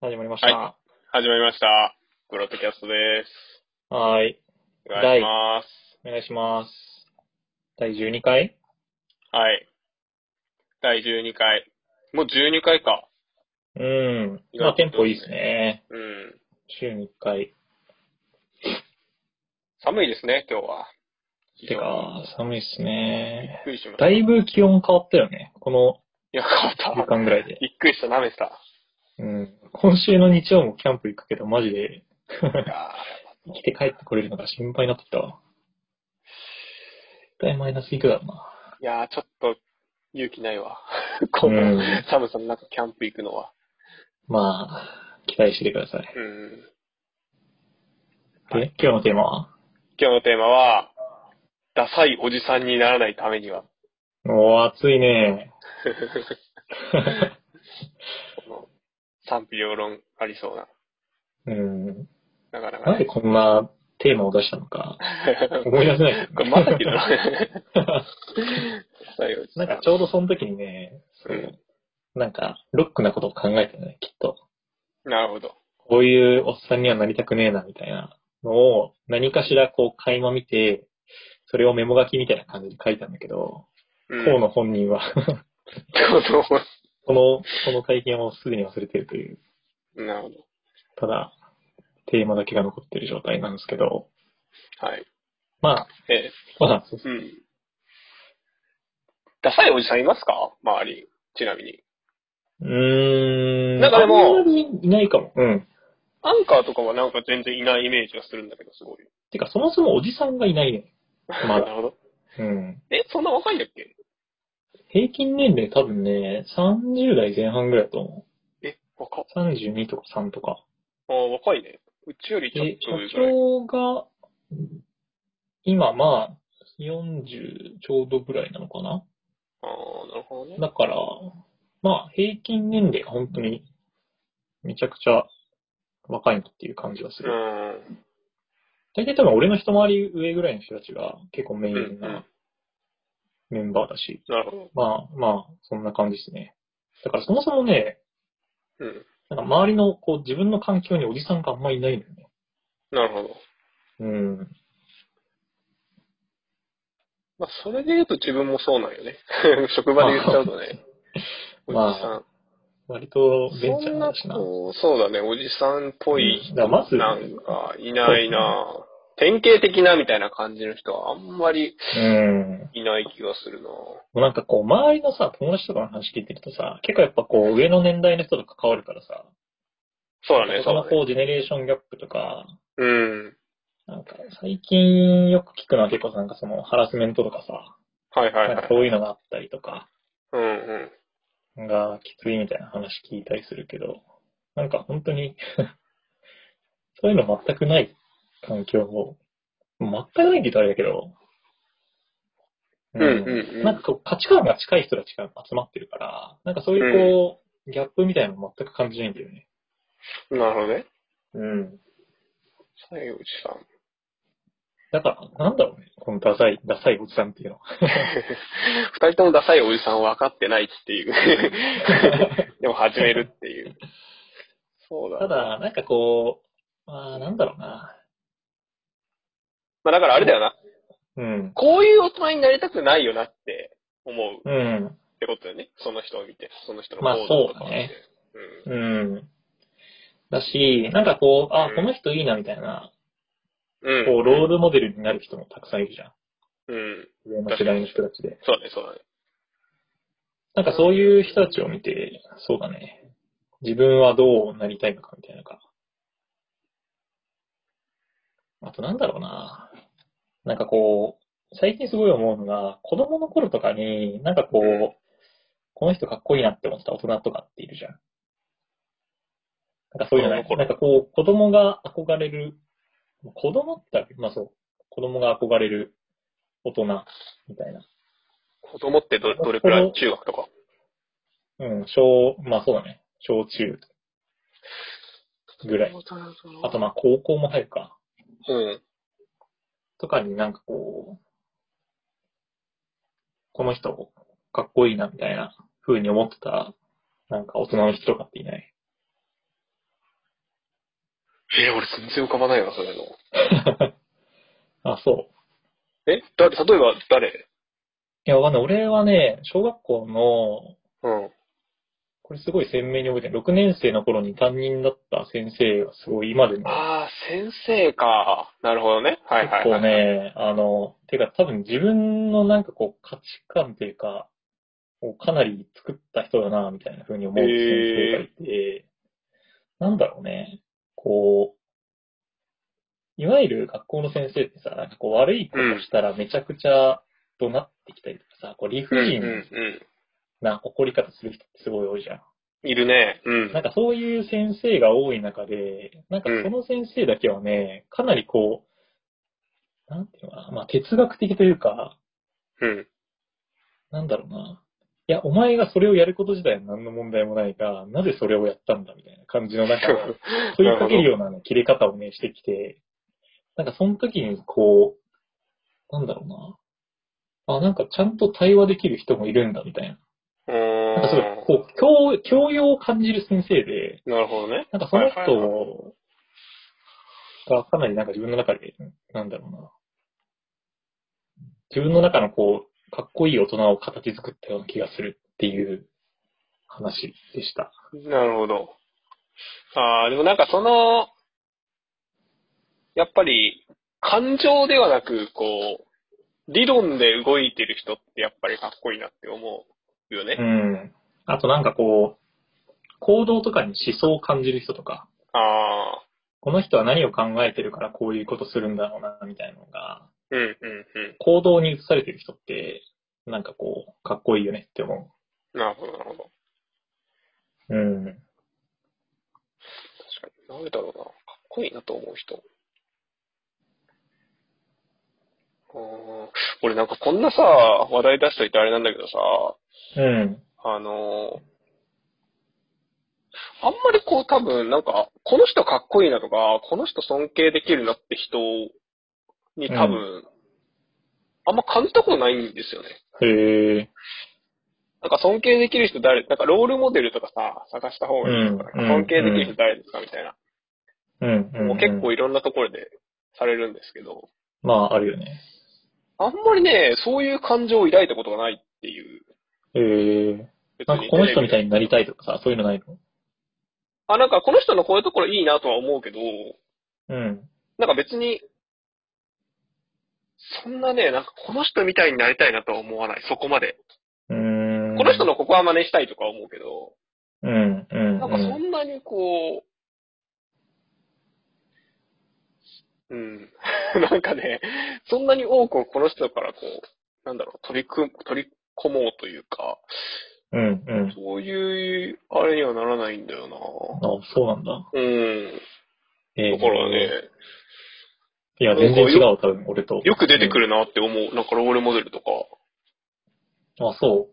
始まりました。始まりました。グロッドキャストです。はーい。お願いします。お願いします。第12回はい。第12回。もう12回か。うん。まあ、テンポいいですね。うん。週に1回。寒いですね、今日は。てか、寒いっすね。びっくりしました。だいいぶ気温変わったよね。このや、変わ時った。間ぐらいで。びっくりした、舐めてた。うん。今週の日曜もキャンプ行くけど、マジで いや生きて帰ってこれるのが心配になってきたわ。絶対マイナスいくだろうな。ーいやーちょっと勇気ないわ。 このうん寒さの中キャンプ行くのは。まあ、期待しててください。うん。はで、今日のテーマは今日のテーマは、ダサいおじさんにならないためには。 おー、暑いね。この賛否両論ありそうな。 うん。なかなかなんで。ねこんなテーマを出したのか、 思い出せないけどこれ まさきだろ。最後ですなんかちょうどその時にね、そうう、なんか、ロックなことを考えてね、きっと。なるほど。こういうおっさんにはなりたくねえな、みたいなのを、何かしらこう、垣間見て、それをメモ書きみたいな感じで書いたんだけど、う当ん の本人は、 河この、この体験をすぐに忘れてるという、野なるほど。ただ、テーマだけが残ってる状態なんですけど、はい。まあ、えまあ、そうー、うん。ダサいおじさんいますか周り。ちなみに。うーん、なんかでもあんまりいないかも。うん。アンカーとかはなんか全然いないイメージがするんだけど、すごい。てか、そもそもおじさんがいないね。ま なだ。るほど。うん。え、そんな若いんだっけ平均年齢多分ね、30代前半ぐらいだと思え、若っ。う。32とか3とか。ああ、若いね。うちよりちょっで、と上社ぐらい。長が、今まあ、40ちょうどぐらいなのかな。ああ、なるほどね。だから、まあ、平均年齢が本当に、めちゃくちゃ若いなっていう感じがすうる。ん。大体多分俺の一回り上ぐらいの人たちが結構メイうんうンん。なメンバーだし。なるほど。まあまあ、そんな感じですね。だからそもそもね、うん。なんか周りのこう自分の環境におじさんがあんまりいないのよね。なるほど。うん。まあ、それで言うと自分もそうなんよね。 職場で言っちゃうとね。おじまあさん。割とベンチそャーんだなしな。こう、そうだね、おじさんっぽいうんだからまずなんか、いないな典型的なみたいな感じの人はあんまりうん。いない気がするななんかこう、周りのさ、友達とかの話聞いてるとさ、結構やっぱこう、上の年代の人と関わるからさ、そうだね、そそうのだね。こう、ジェネレーションギャップとか、うん。なんか最近よく聞くのは結構なんかそのハラスメントとかさ、はいはいなんはかそうい。いうのがあったりとか、うんうん。がきついみたいな話聞いたりするけど、なんか本当に、 そういうの全くない環境を、全くないって言うとあれだけど、うんうんうんなんかこう価値観が近い人たちが集まってるから、なんかそういうこう、ギャップみたいなの全く感じないんだよね。なるほどね。うん。最後おじさん。だから、なんだろうね、このダサい、ダサいおじさんって いうのは。二人ともダサいおじさん分かってないっていう。 でも始めるっていう。そうだ。た、だ、なんかこう、まあ、なんだろうな。まあだからあれだよな。うん。こういう大人になりたくないよなって思うっうん。てことだよね。その人を見て、その人のまあ行動とかをそうだ見ねて。うんうん。だし、なんかこう、あう、んこの人いいなみたいな、うん。こう、ロールモデルになる人もたくさんいるじゃん。うん。上の世代の人たちで。そうだね、そうだね。なんかそういう人たちを見て、そうだね。自分はどうなりたいのかみたいなのか。あとなんだろうな。なんかこう、最近すごい思うのが、子供の頃とかに、なんかこうんう、この人かっこいいなって思ってた大人とかっているじゃん。なんかそういうのない子供なの頃んかこう、子供が憧れる、子供って、まあそう、子供が憧れる大人みたいな。子供ってどどれくらこいの中学とか。うん、小、まあそうだね。小中ぐらい。あとまあ高校も入るか。うん。とかになんかこう、この人かっこいいなみたいな風に思ってた、なんか大人の人とかっていない。えー、俺全然浮かばないわ、そういうの。あ、そう。えだ例えば誰いや、わかんない。俺はね、小学校の、うん。これすごい鮮明に覚えてる。6年生の頃に担任だった先生がすごい今でも、ああ、先生か。なるほどね。はい結はい、構はい。ね、あの、てか多分自分のなんかこう価値観というか、をかなり作った人だな、みたいな風に思う先生がいて、なんだろうね、こう、いわゆる学校の先生ってさ、なんかこう悪いことしたらめちゃくちゃ怒鳴ってきたりとかさ、こう理う不ん、う尽ん、な怒り方する人ってすごい多いじゃん。うん。いるね。うんなん。かそういう先生が多い中で、なんかその先生だけはね、かなりこう、なんていうのかな、まあ哲学的というか、 うん。なんだろうな。いや、お前がそれをやること自体は何の問題もないが、なぜそれをやったんだみたいな感じの中で、問いかけるようなね切れ方をね、してきて、なんかその時にこう、なんだろうな。あ、なんかちゃんと対話できる人もいるんだみたいな。うなんかすーごい、こう、教、教養を感じる先生で、ん。なるほどね。なんかそのはいはいは人がかなりなんか自分の中で、なんだろうな。自分の中のこう、かっこいい大人を形作ったような気がするっていう話でした。なるほど。ああ、でもなんかその、やっぱり、感情ではなく、こう、理論で動いてる人ってやっぱりかっこいいなって思うよね。うん。あとなんかこう、行動とかに思想を感じる人とか、ああ、この人は何を考えてるからこういうことするんだろうな、みたいなのが、うんうんう行動に移されてる人って、なんかこう、かっこいいよねって思ん。なるほど、なるほど。う。うん。確かに。なんでだろうな。かっこいいなと思う人。あー俺なんかこんなさ、話題出しといてあれなんだけどさ、うん。あのーあんまりこう多分なんか、この人かっこいいなとか、この人尊敬できるなって人に多分、あんま感じたことないんですよね。へえ。なんか尊敬できる人誰、なんかロールモデルとかさ、探した方がいいとか、うん尊敬できる人誰ですかみたいな。うんうん、うん。もう結構いろんなところでされるんですけど、まあ、あるよね。あんまりね、そういう感情を抱いたことがないっていう。ええ別なんかこの人みたいにテレビで。になりたいとかさ、そういうのないのあ、なんかこの人のこういうところいいなとは思うけど、うん。なんか別に、そんなね、なんかこの人みたいになりたいなとは思わない、そこまで。うーん。この人のここは真似したいとか思うけど、うん、うん、うん。なんかそんなにこう、うん、 なんかね、そんなに多くをこの人からこう、なんだろう、取り組む、取り込もうというか、うん、うん。そういう、あれにはならないんだよあ、そうなんだ。なうん。ええだからね、いや、全然違うわ、多分、俺と。よく出てくるなって思う。なんかロールモデルとか。うん。あ、そ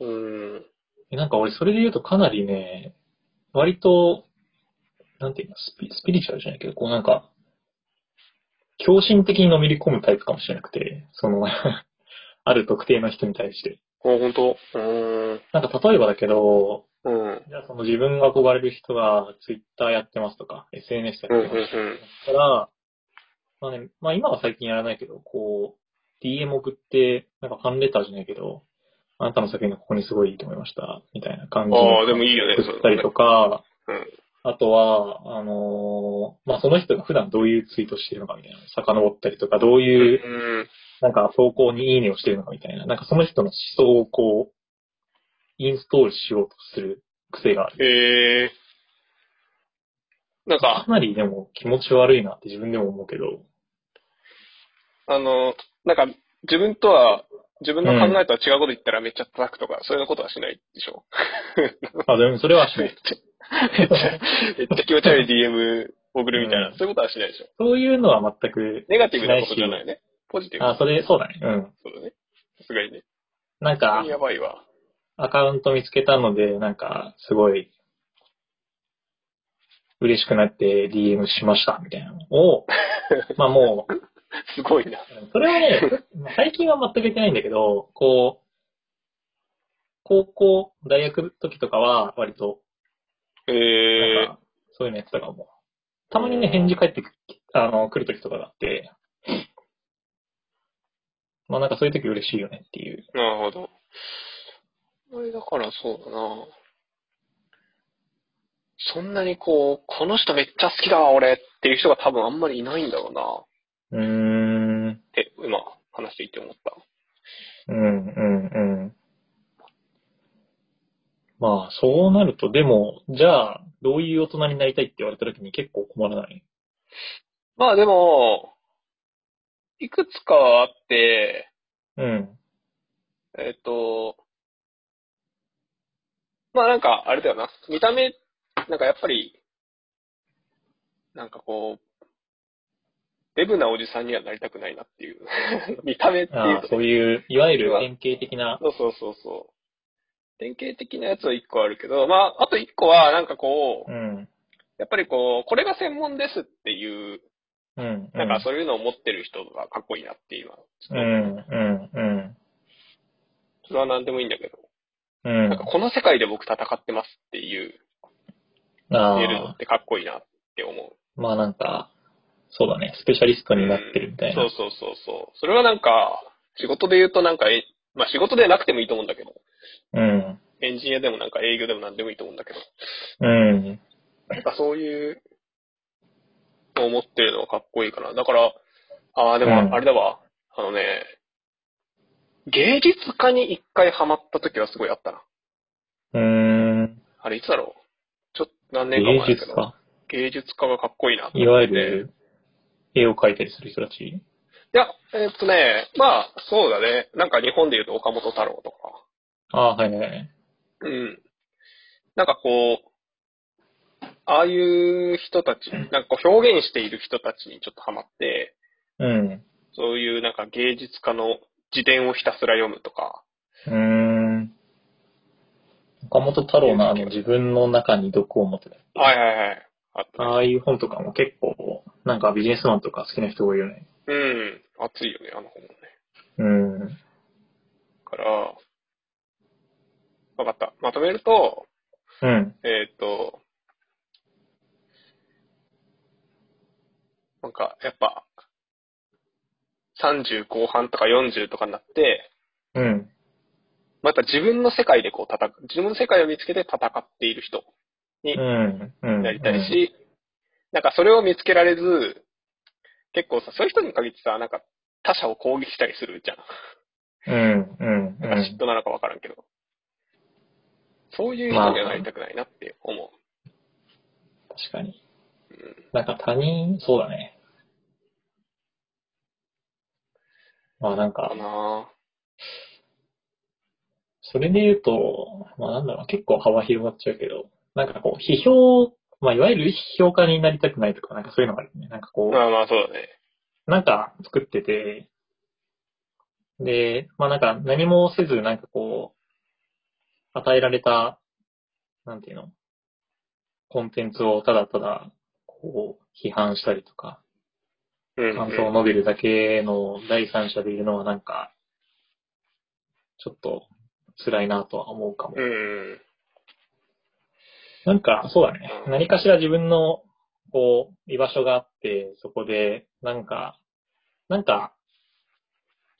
う。うん。えなんか俺、それで言うとかなりね、割と、なんていうの、スピスピリチュアルじゃないけど、こうなんか、狂信的にのめり込むタイプかもしれなくて、その、 ある特定の人に対して。あ、本当うーん。なんか例えばだけど、うん。じゃあその自分が憧れる人がツイッターやってますとか、SNS やうん、うっん、てますうん。だから、まあね、まあ今は最近やらないけど、こう、DM 送って、なんかファンレターじゃないけど、あなたの作品がここにすごいいいと思いました、みたいな感じのああ、でもいいよね、送ったりとか、そういうのねあとは、あのーまあその人が普段どういうツイートしてるのかみたいな、遡ったりとか、どうう。いうんなんか投稿にいいねをしてるのかみたいな、なんかその人の思想をこう、インストールしようとする癖がある。へえなんかか、なりでも気持ち悪いなって自分でも思うけど。あの、なんか、自分とは、自分の考えとは違うこと言ったらめっちゃ叩くとか、そういうことはしないでしょ。 あ、でもそれはしなめっ い。ちゃ、めっちゃ、めっちゃ気持ち悪い DM 送るみたいな、うんそういうことはしないでしょ。そういうのは全く、ネガティブなことじゃないね。ポジティブなあ、それ、そうだね。うん。ことだね。さすがにね。なんか、やばいわ。アカウント見つけたので、なんか、すごい、嬉しくなって DM しました、みたいなの を、まあもう、すごいな。それはね、最近は全く言ってないんだけど、こう、高校、大学の時とかは、割と、へえなんか、そういうのやってたかも。たまにね、返事返ってく、あの、来る時とかがあって、まあなんかそういう時嬉しいよねっていう。なるほど。これだからそうだな。そんなにこう、この人めっちゃ好きだわ、俺っていう人が多分あんまりいないんだろうな。うーん、って、今、話していて思った。うん、うん、うん。まあ、そうなると、でも、じゃあ、どういう大人になりたいって言われた時に結構困らない。まあでも、いくつかはあって、うん。えっ、と、まあなんか、あれだよな。見た目、なんかやっぱり、なんかこう、デブなおじさんにはなりたくないなっていう。 見た目っていうああと、そういう、いわゆる典型的な、そうそうそうそう。典型的なやつは一個あるけど、まあ、あと一個は、なんかこうう、ん、やっぱりこう、これが専門ですっていう、うん、なんかそういうのを持ってる人がかっこいいなって今、うん、うん、うん、それは何でもいいんだけど、うん。なんかこの世界で僕戦ってますっていう、あ言えるのあっ、てかっこいいなって思う。まあなんか、そうだね、スペシャリストになってるみたいな。うんそうそうそうそう。それはなんか、仕事で言うとなんか、えまあ仕事でなくてもいいと思うんだけど、うん、エンジニアでもなんか営業でも何でもいいと思うんだけど、うん、なんかそういう、思ってるのはかっこいいかな。だから、ああ、でうんもあれだわ、あのね、芸術家に一回ハマった時はすごいあったな。うん。あれいつだろうちょっと何年か前だ芸けど。術家芸術家がかっこいいなと思って。いわゆる、絵を描いたりする人たち。いや、えーっとね、まあ、そうだね。なんか日本で言うと岡本太郎とか。ああ、はいはいはい。うん。なんかこう、ああいう人たち、なんかこう表現している人たちにちょっとハマって、うん。そういうなんか芸術家の自伝をひたすら読むとか。うーん。岡本太郎のあの自分の中に毒を持ってた。はいはいはい。あったねああいう本とかも結構、なんかビジネスマンとか好きな人多いよね。うん。熱いよね、あの本もね。うん。だから、わかった。まとめると、うん。えーっと、なんか、やっぱ、30後半とか40とかになって、うん。また自分の世界でこう戦う、自分の世界を見つけて戦っている人うん。うん。になりたいし、なんかそれを見つけられず、結構さ、そういう人に限ってさ、なんか他者を攻撃したりするじゃん。うん。うん。うなんか嫉ん。妬なのかわからんけど。そういう人にはなりたくないなって思う。確かに。なんか他人、そうだね。まあなんかか、なそれで言うと、まあなんだろう、結構幅広がっちゃうけど、なんかこう、批評、まあいわゆる批評家になりたくないとか、なんかそういうのがあるよね。なんかこまあまあそうだね。う、なんか作ってて、で、まあなんか何もせず、なんかこう、与えられた、なんていうの、コンテンツをただただ、こう、批判したりとか、うんうん。感想を述べるだけの第三者でいるのはなんか、ちょっと辛いなとは思うかもう。ん。なんか、そうだね。うん何かしら自分の、こう、居場所があって、そこで、なんか、なんか、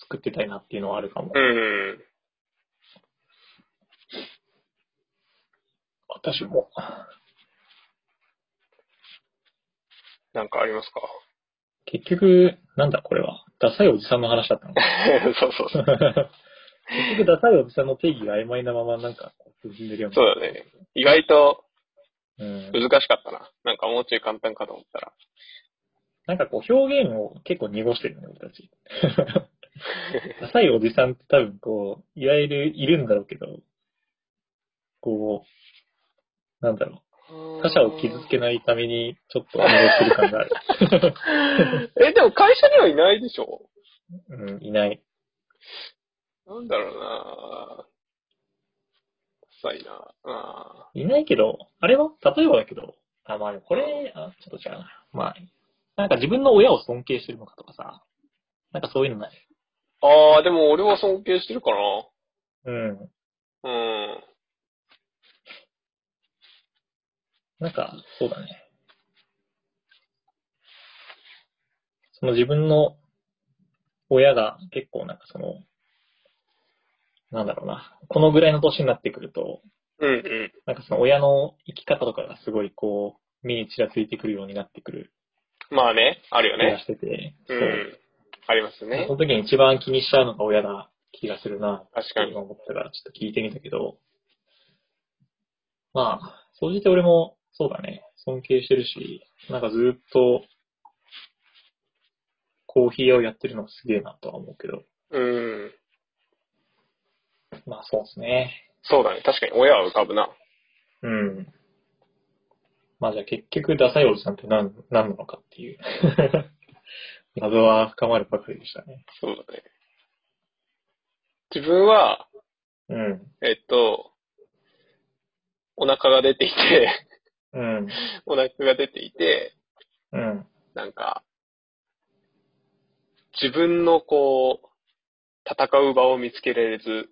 作ってたいなっていうのはあるかも。うん。私も。なんかありますか 結局、なんだこれは。ダサいおじさんの話だ ったのそうそうそう。結局、ダサいおじさんの定義が曖昧なまま、なんか、進んでるよね。そうだね。意外とうん。難しかったな。なんかもうちょい簡単かと思ったら。なんかこう、表現を結構濁してるね、俺た ち。ダサいおじさんって多分こう、いわゆるいるんだろうけど、こう、なんだろう。他者を傷つけないために、ちょっと運動してる感がある。 え、でも会社にはいないでしょうん、いない。なんだろうなぁ。臭いなあいないけど、あれは例えばだけど、あ、まあでもこれ、あ、ちょっと違うな。まあ、なんか自分の親を尊敬してるのかとかさ、なんかそういうのない。ーあー、でも俺は尊敬してるかな。うん。うん。なんか、そうだね。その自分の親が結構なんかその、なんだろうな、このぐらいの年になってくると、うんうん。なんかその親の生き方とかがすごいこう、目にちらついてくるようになってくるまあね、あるよ気がね。してて、うそう。ん。ありますねそ。の時に一番気にしちゃうのが親な気がするな、確かに。思ったからちょっと聞いてみたけど、まあ、総じて俺も、そうだね、尊敬してるし、なんかずっと、コーヒー屋をやってるのもすげえなとは思うけど、うん。まあそうですね。そうだね。確かに親は浮かぶな。うん。まあじゃあ結局、ダサいおじさんって何、何なのかっていう。 謎は深まるばかりでしたね。そうだね。自分は、うん。えっと、お腹が出ていて、 うん。お腹が出ていて、うん。なんか、自分のこう、戦う場を見つけられず、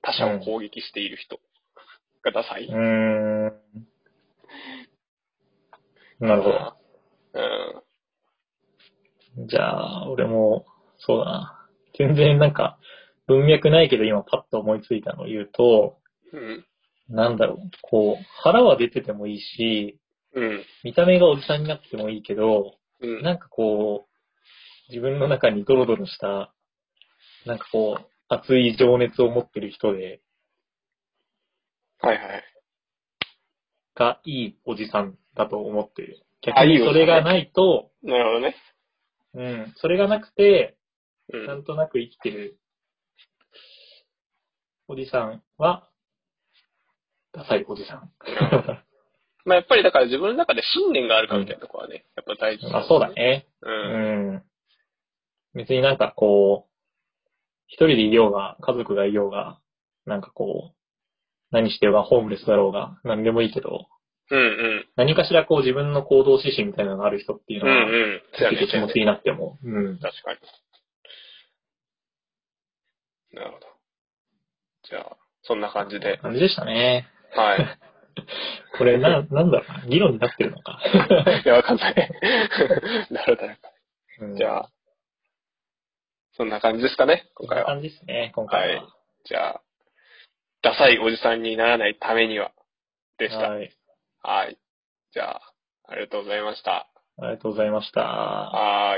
他者を攻撃している人がダサい。うーん。なるほど。うん。じゃあ、俺も、そうだな。全然なんか、文脈ないけど今パッと思いついたのを言うと、うん。なんだろう、こう、腹は出ててもいいし、うん。見た目がおじさんになってもいいけど、うん。なんかこう、自分の中にドロドロした、なんかこう、熱い情熱を持ってる人で、はいはい。がいいおじさんだと思ってる。あ逆いいにそおじさんれがないと、なるほどね。うん、それがなくて、うなんん。となく生きてるおじさんは、ダサいおじ さん。まあやっぱりだから自分の中で信念があるかみたいなところはね、やっぱ大事、まあそうだ。ね。う。うんん。別になんかこう、一人でいようが、家族がいようが、なんかこう、何してようが、ホームレスだろうが、何でもいいけど、うんうん。何かしらこう自分の行動指針みたいなのがある人っていううのは、んうん。そ結うやね構気持ちいいなって思う。うん。確かに。なるほど。じゃあ、そんな感 じで。感じでしたね。はい。これな、なんだろうな、議論になってるのか。 いや、わかんない。 なるほど。うんじゃあ、そんな感じですかね、こん今回なは。感じですね、今回は。じゃあ、ダサいおじさんにならないためには、でした。はい。はい。じゃあ、ありがとうございました。ありがとうございました。はーい。